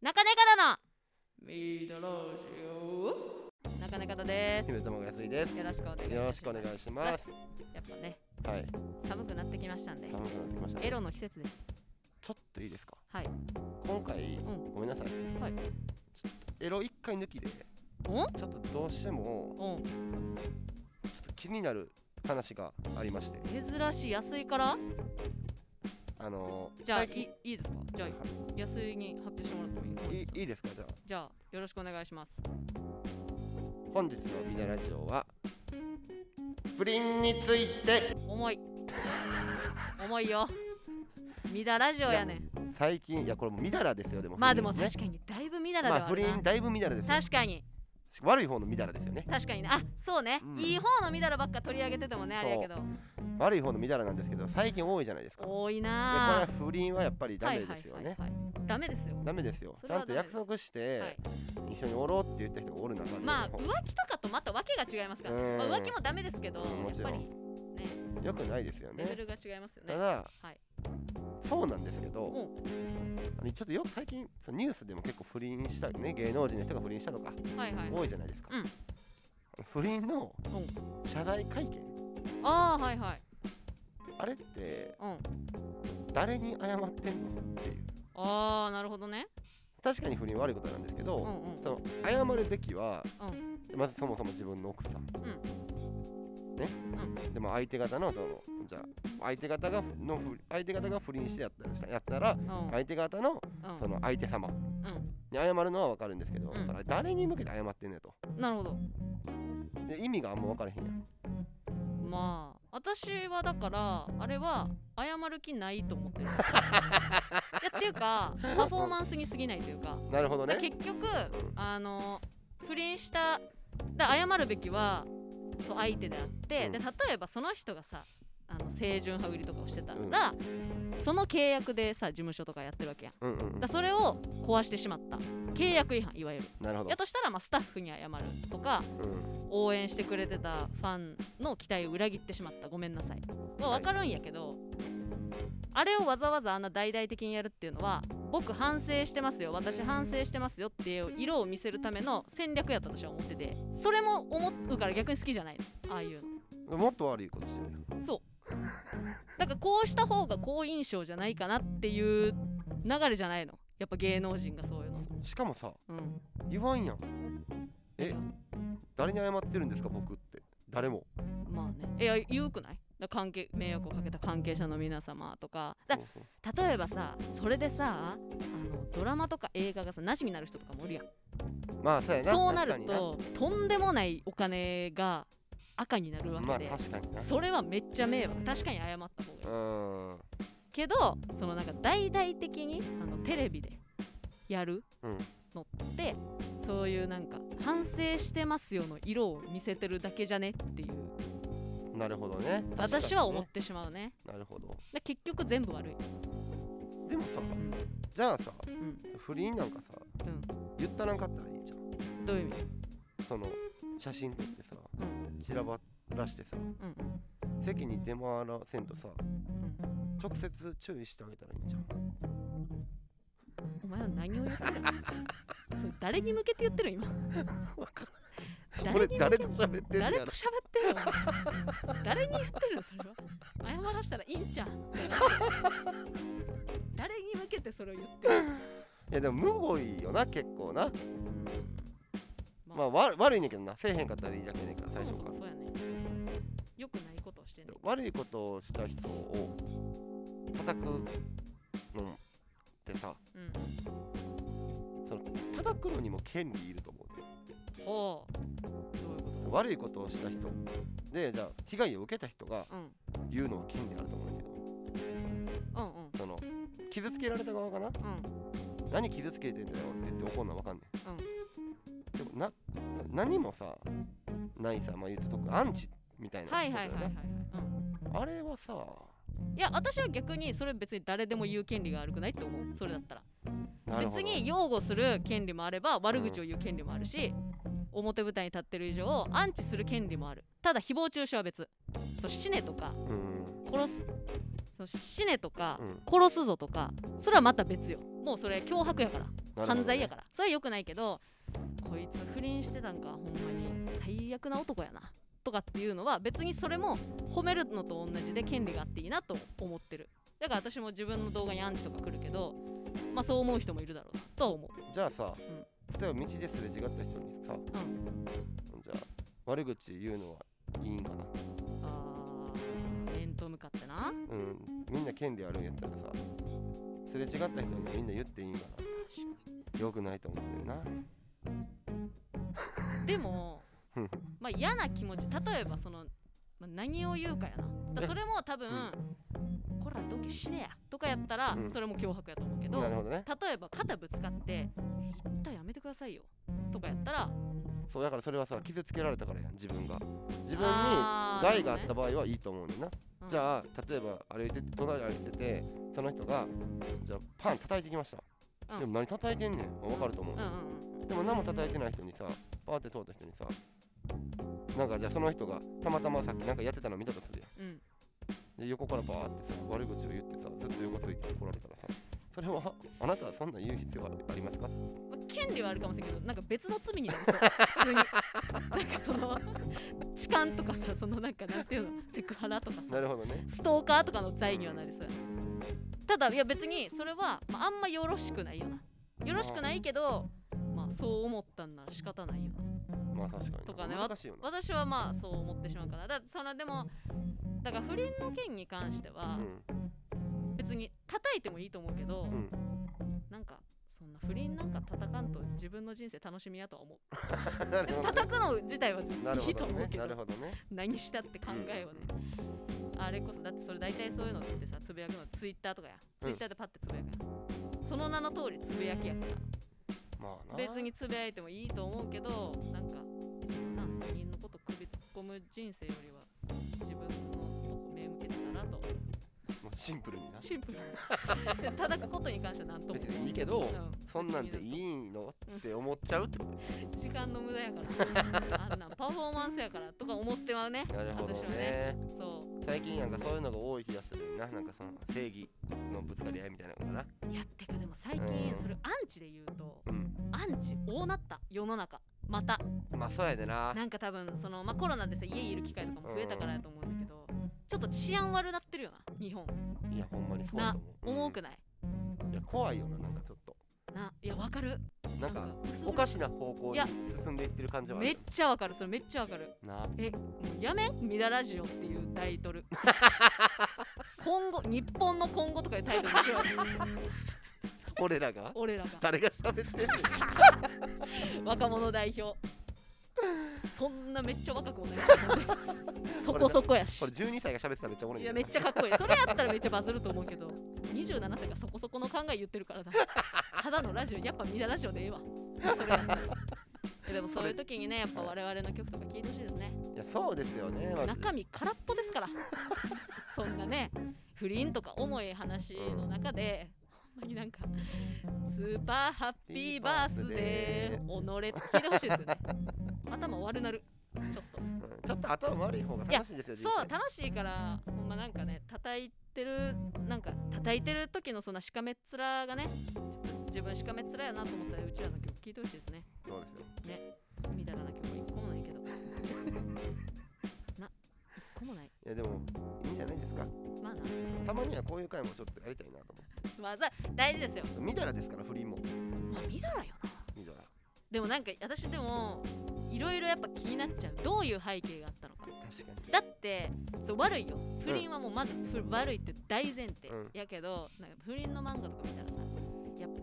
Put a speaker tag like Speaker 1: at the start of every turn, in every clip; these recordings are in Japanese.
Speaker 1: 中根からのミートラジオ中根からです
Speaker 2: 姫玉が安いです
Speaker 1: よろしくお願いします
Speaker 2: よろしくお願いします
Speaker 1: やっぱね
Speaker 2: はい
Speaker 1: 寒くなってきましたんで
Speaker 2: 寒くなってきました
Speaker 1: エ
Speaker 2: ね
Speaker 1: ロの季節です
Speaker 2: ちょっといいですか
Speaker 1: はい
Speaker 2: 今回、
Speaker 1: ん
Speaker 2: ごめんなさい
Speaker 1: はい
Speaker 2: エロ一回抜きで
Speaker 1: おん
Speaker 2: ちょっとどうしても
Speaker 1: おん
Speaker 2: ちょっと気になる話がありまして
Speaker 1: 珍しい安いから
Speaker 2: あのー
Speaker 1: じゃあ
Speaker 2: 最近
Speaker 1: いいいですかじゃあ
Speaker 2: はい
Speaker 1: 安いに発表してもらってもいい
Speaker 2: いい
Speaker 1: ですか
Speaker 2: いいですかじゃあ
Speaker 1: じゃあよろしくお願いします
Speaker 2: 本日のミナラジオは不倫について
Speaker 1: 重い重い よみだラジオやねん
Speaker 2: 最近いやこれもうミダラですよでも
Speaker 1: まあでも
Speaker 2: 不倫ね
Speaker 1: 確かにだいぶみだらで
Speaker 2: ま
Speaker 1: は
Speaker 2: あ
Speaker 1: あ
Speaker 2: 不
Speaker 1: るな、
Speaker 2: 倫だいぶミダラですよ
Speaker 1: 確かに
Speaker 2: 悪い方のミダラですよね
Speaker 1: 確かにねあそうね、
Speaker 2: うん
Speaker 1: いい方のみだらばっか取り上げててもねあ
Speaker 2: そう
Speaker 1: れやけど
Speaker 2: 悪い方のミダラなんですけど最近多いじゃないですかでこ
Speaker 1: 多い
Speaker 2: れ
Speaker 1: な
Speaker 2: は不倫はやっぱ
Speaker 1: ぁ
Speaker 2: りダメですよ
Speaker 1: はい
Speaker 2: ね
Speaker 1: はいはいはいダメですよ、
Speaker 2: ダメですよ
Speaker 1: そ
Speaker 2: ち
Speaker 1: れ
Speaker 2: ゃ
Speaker 1: は
Speaker 2: んと約束して、
Speaker 1: はい、
Speaker 2: 一緒におろうって言った人がおる中で、
Speaker 1: まあ浮気とかとまたわけが違いますから、ね
Speaker 2: うん
Speaker 1: まあ、浮気もダメですけど、
Speaker 2: うんも
Speaker 1: や
Speaker 2: ち
Speaker 1: っ
Speaker 2: ろ
Speaker 1: ぱ
Speaker 2: ん
Speaker 1: り
Speaker 2: よくないですよ
Speaker 1: レベ
Speaker 2: ね
Speaker 1: ルが違いますよね
Speaker 2: ただ、
Speaker 1: はい
Speaker 2: そうなんですけど、
Speaker 1: う
Speaker 2: あのちょっとよく最近そのニュースでも結構不倫したね芸能人の人が不倫したとか
Speaker 1: はいはい
Speaker 2: 多いじゃないですか、
Speaker 1: うん
Speaker 2: 不倫の
Speaker 1: うん
Speaker 2: 謝罪会見
Speaker 1: ああはいはい
Speaker 2: あれって
Speaker 1: うん
Speaker 2: 誰に謝ってんのっていう
Speaker 1: ああなるほどね
Speaker 2: 確かに不倫は悪いことなんですけど、
Speaker 1: うんうん
Speaker 2: その謝るべきは、まずそもそも自分の奥さん、ね、でも相手方のそのじゃあ相手方がの不相手方が不倫してやったらしたやったら
Speaker 1: うん
Speaker 2: 相手方の
Speaker 1: う
Speaker 2: その相手様
Speaker 1: ん
Speaker 2: に謝るのは分かるんですけど、
Speaker 1: うん
Speaker 2: それ誰に向けて謝ってんねんと
Speaker 1: うんなるほど
Speaker 2: で意味があんま分からへんやん
Speaker 1: まあ私はだからあれは謝る気ないと 思ってるいやっていうかパフォーマンスに過ぎないというか
Speaker 2: なるほど
Speaker 1: だ
Speaker 2: ね
Speaker 1: から結局あの不倫しただから謝るべきはそう相手であって、
Speaker 2: うん
Speaker 1: で例えばその人がさあの清純派売りとかをしてたら、その契約でさ事務所とかやってるわけやん
Speaker 2: うんうんうん
Speaker 1: だからそれを壊してしまった契約違反いわゆる
Speaker 2: なるほど
Speaker 1: やとしたらまあスタッフに謝るとか
Speaker 2: うん
Speaker 1: 応援してくれてたファンの期待を裏切ってしまったごめんなさいは分かるんやけど、あれをわざわざあんな大々的にやるっていうのは僕反省してますよ私反省してますよっていう色を見せるための戦略やと私は思っててそれも思うから逆に好きじゃないのああいうの
Speaker 2: もっと悪いことしてるよ
Speaker 1: だからこうした方が好印象じゃないかなっていう流れじゃないのやっぱ芸能人がそういうの
Speaker 2: しかもさ
Speaker 1: うん
Speaker 2: 言わんやんえ誰に謝ってるんですか僕って誰も
Speaker 1: まあねいや言うくないだから関係迷惑をかけた関係者の皆様とかだ
Speaker 2: そうそう
Speaker 1: 例えばさそれでさあのドラマとか映画がさなしになる人とかもおるやん
Speaker 2: まあそうやな
Speaker 1: そうなる
Speaker 2: 確かに
Speaker 1: ととんでもないお金が赤になる
Speaker 2: な
Speaker 1: わ
Speaker 2: まあ
Speaker 1: けで、
Speaker 2: 確かにな
Speaker 1: それはめっちゃ迷惑確かに謝った方がいい、
Speaker 2: うん
Speaker 1: けどそのなんか大々的にあのテレビでやる
Speaker 2: うん
Speaker 1: のってそういうなんか反省してますよの色を見せてるだけじゃねっていう
Speaker 2: なるほどね
Speaker 1: 私は思っ
Speaker 2: 確
Speaker 1: てしまうね
Speaker 2: かにねなるほど
Speaker 1: で結局全部悪い、
Speaker 2: でもさ
Speaker 1: うん
Speaker 2: じゃあさ
Speaker 1: うん
Speaker 2: 不倫なんかさ
Speaker 1: う
Speaker 2: 言ったらんかったらいいじゃん
Speaker 1: ん、どういう意味、
Speaker 2: その写真撮ってさ
Speaker 1: うん
Speaker 2: 散らばらしてさ
Speaker 1: うんうん
Speaker 2: 席に出回らせんとさ
Speaker 1: うん、
Speaker 2: 直接注意してあげたらいいんじゃん
Speaker 1: お前は何を言ってるのそれ誰に向けて言ってる今
Speaker 2: わからん俺誰と喋ってんの
Speaker 1: 誰
Speaker 2: やろ
Speaker 1: と喋ってるのお前誰に言ってるのそれは謝らしたらいいんじゃん誰に向けてそれを言ってるの、
Speaker 2: いやでもむごいよな結構な
Speaker 1: ま
Speaker 2: まあわ悪いねんけどなせえへんかったらいいだけやねんから
Speaker 1: そ
Speaker 2: 最
Speaker 1: もそ
Speaker 2: 初から
Speaker 1: もそうやねよくないことをしてんねん
Speaker 2: 悪いことをした人を叩くのってさ
Speaker 1: うん
Speaker 2: 叩くのにも権利いると思うね
Speaker 1: ほうどういうこと
Speaker 2: 悪いことをした人でじゃあ被害を受けた人が
Speaker 1: だうん
Speaker 2: 言うのは権利あると思うんだけど
Speaker 1: うんうん
Speaker 2: その傷つけられた側かな
Speaker 1: うん
Speaker 2: 何傷つけてんだよって言って怒るのは分かんねん、でもな何もさないさまあ言うと特アンチみたいな
Speaker 1: はいはいはいはい、
Speaker 2: こと
Speaker 1: は
Speaker 2: や
Speaker 1: い
Speaker 2: なあれはさ
Speaker 1: うん、いや私は逆にそれ別に誰でも言う権利が悪くないって思うそれだったら
Speaker 2: なるほど
Speaker 1: 別に擁護する権利もあれば悪口を言う権利もあるし、表舞台に立ってる以上アンチする権利もあるただ誹謗中傷は別そう死ねとか
Speaker 2: うん
Speaker 1: 殺すそう死ねとか、
Speaker 2: うん
Speaker 1: 殺すぞとかそれはまた別よもうそれ脅迫やから
Speaker 2: ほどね
Speaker 1: 犯罪やからそれは良くないけどこいつ不倫してたんかほんまに最悪な男やなとかっていうのは別にそれも褒めるのと同じで権利があっていいなと思ってるだから私も自分の動画にアンチとか来るけどまあそう思う人もいるだろうなとは思う
Speaker 2: じゃあさ、
Speaker 1: う
Speaker 2: 例えば道ですれ違った人にさ、じゃあ悪口言うのはいいんかな
Speaker 1: あー面と向かってな
Speaker 2: うんみんな権利あるんやったらさすれ違った人にみんな言っていいんかなよくないと思うんだよな
Speaker 1: でも
Speaker 2: うん
Speaker 1: まあ嫌な気持ち例えばその、まあ、何を言うかやなだからそれも多分「こらどけ死ねや」とかやったら
Speaker 2: うん
Speaker 1: それも脅迫やと思うけど、
Speaker 2: なるほどね
Speaker 1: 例えば肩ぶつかって「え一旦やめてくださいよ」とかやったら
Speaker 2: そうだからそれはさ傷つけられたからやん自分が自分に
Speaker 1: あー
Speaker 2: 害があった場合はいいと思うねんな、
Speaker 1: うん
Speaker 2: じゃあ例えば歩いてて隣歩いててその人がじゃあパン叩いてきました、
Speaker 1: うん
Speaker 2: でも何叩いてんねん分かると思う、
Speaker 1: うんうん
Speaker 2: でも何も叩いてない人にさパーって通った人にさなんかじゃあその人がたまたまさっきなんかやってたの見たとするやん
Speaker 1: うんうん
Speaker 2: で横からバーってさ悪口を言ってさずっと横ついて来られたらさそれはあなたはそんなん言う必要はありますか
Speaker 1: まあ、権利はあるかもしれんけどなんか別の罪になりそう普 通になんかその痴漢とかさそのなんかなんていうのセクハラとかさ
Speaker 2: なるほどね
Speaker 1: ストーカーとかの罪にはなりそうやなただいや別にそれは、まあ、あんまよろしくないよなよろしくないけどまあそう思ったんなら仕方ないよな
Speaker 2: まあ確かに
Speaker 1: とかね
Speaker 2: 難しいよな
Speaker 1: 私はまあそう思ってしまうからだってそのでもだから不倫の件に関しては
Speaker 2: うん
Speaker 1: 別に叩いてもいいと思うけど、
Speaker 2: ん
Speaker 1: なんかそんな不倫なんか叩かんと自分の人生楽しみやとは思う
Speaker 2: なるほど ね
Speaker 1: 叩くの自体は全
Speaker 2: な
Speaker 1: 然
Speaker 2: る
Speaker 1: い
Speaker 2: ほ
Speaker 1: いと
Speaker 2: ど
Speaker 1: 思う
Speaker 2: ね
Speaker 1: けど
Speaker 2: なるほどね
Speaker 1: 何したって考えはね、あれこそだってそれ大体そういうのってさつぶやくのツイッターとかや
Speaker 2: うん
Speaker 1: ツイッターでパッてつぶやくやん、その名の通りつぶやきやから
Speaker 2: まあな
Speaker 1: 別につぶやいてもいいと思うけどなんかそんな他人のこと首突っ込む人生よりは自分のとこ目向けてたらと
Speaker 2: まあシンプルにな
Speaker 1: シンプルにで叩くことに関しては何とも
Speaker 2: 別にいいけど、
Speaker 1: うん
Speaker 2: そんなんでいいのって思っちゃうってこ
Speaker 1: 時間の無駄やからあんなんパフォーマンスやからとか思ってまうね
Speaker 2: となるほど
Speaker 1: 私はね
Speaker 2: ね
Speaker 1: そ
Speaker 2: 最近なんかそういうのが多い気がするななんかその正義のぶつかり合いみたいなのかな
Speaker 1: ういやってかでも最近
Speaker 2: うん
Speaker 1: それアンチで言うと
Speaker 2: うん
Speaker 1: アンチ多なった世の中また
Speaker 2: まあそうやでな
Speaker 1: なんか多分その、まあ、コロナでさ家いる機会とかも増えたからやと思うんだけど、ちょっと治安悪なってるよな日本
Speaker 2: いやほんまにそうだと思う
Speaker 1: 重く
Speaker 2: な
Speaker 1: ない、
Speaker 2: いや怖いよななんかちょっと
Speaker 1: ないやわかる
Speaker 2: なんか
Speaker 1: 薄
Speaker 2: お
Speaker 1: 暗
Speaker 2: か
Speaker 1: い
Speaker 2: しな方向
Speaker 1: い
Speaker 2: に
Speaker 1: や
Speaker 2: 進んでいってる感じはある
Speaker 1: めっちゃわかるそれめっちゃわかる
Speaker 2: な
Speaker 1: えもうやめ「ミララジオ」っていうタイ トル今後日本の今後とかいうタイトルにしよう
Speaker 2: 俺らが
Speaker 1: 俺らが
Speaker 2: 誰が喋ってん の
Speaker 1: 若者代表そんなめっちゃ若 くもないそこそこやし
Speaker 2: これ12歳が喋ってたらめっちゃおもろい
Speaker 1: い
Speaker 2: んだ
Speaker 1: や
Speaker 2: よ
Speaker 1: めっちゃかっこいいそれやったらめっちゃバズると思うけど27歳がそこそこの考え言ってるからだただのラジオやっぱみんなラジオでええわそれや ったらえでもそういう時にねやっぱ我々の曲とか聴いてほしいですね
Speaker 2: いやそうですよねマジで
Speaker 1: 中身空っぽですからそんなね不倫とか重い話の中でほんまになんか「スーパーハッピーバースデー己」って聴いてほしいですよね頭悪なるちょっと
Speaker 2: うんちょっと頭悪い方が楽しいですよ
Speaker 1: そう
Speaker 2: 人
Speaker 1: 楽しいからほんまなんかね叩いてるなんか叩いてる時のそんなしかめっ面がねちょっと自分しかめっ面やなと思ったらうちらの曲聴いてほしいですね
Speaker 2: 生そうですよ
Speaker 1: みだらな曲は一個もないけどな一個もない
Speaker 2: いやでもいいんじゃないですか
Speaker 1: まあな
Speaker 2: たまにはこういう回もちょっとやりたいなと思
Speaker 1: まあだ大事ですよ
Speaker 2: ってみたらですから不倫も
Speaker 1: まあみだらよな
Speaker 2: みたら
Speaker 1: でもなんか私でもいろいろやっぱ気になっちゃうどういう背景があったのか
Speaker 2: 確か
Speaker 1: だってそう悪いよ不倫はもうまず、ふ悪いって大前提、
Speaker 2: うん
Speaker 1: やけどなんか不倫の漫画とか見たらさやっぱ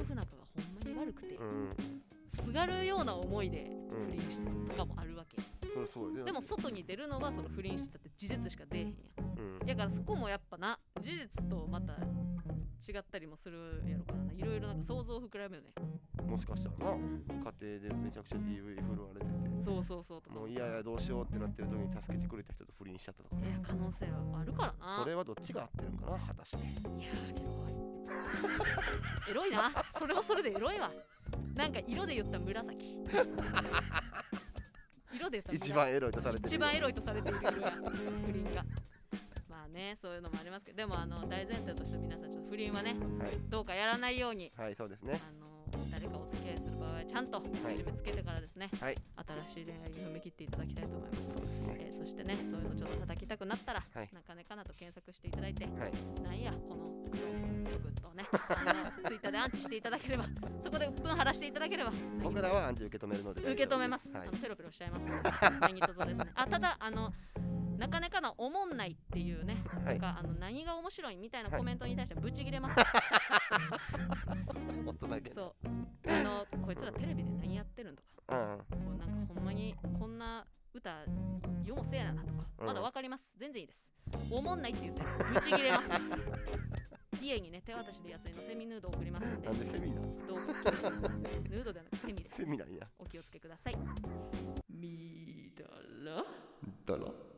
Speaker 1: 夫婦仲がほんまに悪くて、
Speaker 2: にうん
Speaker 1: すがるような思いで不倫してるとかもあるわけ、
Speaker 2: それそうよ
Speaker 1: でも外に出るのはその不倫してたって事実しか出えへんや
Speaker 2: うん
Speaker 1: んやからそこもやっぱな事実とまた違ったりもするやろからないろいろなんか想像を膨らむよね、
Speaker 2: もしかしたらな
Speaker 1: うん
Speaker 2: 家庭でめちゃくちゃ DV 振るわれてて
Speaker 1: そうそうそうとか
Speaker 2: もういやいやどうしようってなってる時に助けてくれた人と不倫しちゃったとか
Speaker 1: いや可能性はあるからな
Speaker 2: それはどっちが合ってるんかな果たして
Speaker 1: いやーエロいエロいなそれはそれでエロいわなんか色で言ったら紫色で言ったら
Speaker 2: 一番エロいとされてる
Speaker 1: 一番エ
Speaker 2: ロ
Speaker 1: ロいとされている色や不倫がまあねそういうのもありますけどでもあの大前提として皆さんちょっと不倫はね
Speaker 2: いはい
Speaker 1: どうかやらないように
Speaker 2: はいそうです
Speaker 1: あ
Speaker 2: ね
Speaker 1: のんと
Speaker 2: い
Speaker 1: 決めつけてからですね、
Speaker 2: はい
Speaker 1: 新しい恋愛に踏み切っていただきたいと思います、
Speaker 2: そうですね
Speaker 1: えーそしてねそういうのちょっと叩きたくなったら、
Speaker 2: はい
Speaker 1: なんかねかなと検索していただいて
Speaker 2: はい
Speaker 1: なんやこのクソ曲とねあ のツイッターでアンチしていただければそこで鬱憤晴らしていただければ
Speaker 2: 僕らはアンチ受け止めるので大丈夫
Speaker 1: 受
Speaker 2: で
Speaker 1: け止めます、
Speaker 2: はい
Speaker 1: あのペロペロしちゃいますので何卒ですね あただあのなかなかのおもんないっていうね、
Speaker 2: はい
Speaker 1: とかあの何が面白いみたいなコメントに対してはブチ切れます、
Speaker 2: もっとだけ
Speaker 1: そうあのこいつらテレビで何やってるんとか
Speaker 2: うんうん
Speaker 1: こうなんかほんまにこんな歌世もせやなとか、
Speaker 2: うん
Speaker 1: まだわかります全然いいですおもんないって言ってブチ切れます 家にね手渡しで安いのセミヌードを送りますんで
Speaker 2: なんでセミナー
Speaker 1: どうぞ気をつけてくださいヌードではなくセミです
Speaker 2: セミナーや
Speaker 1: お気をつけくださいみだら
Speaker 2: だろ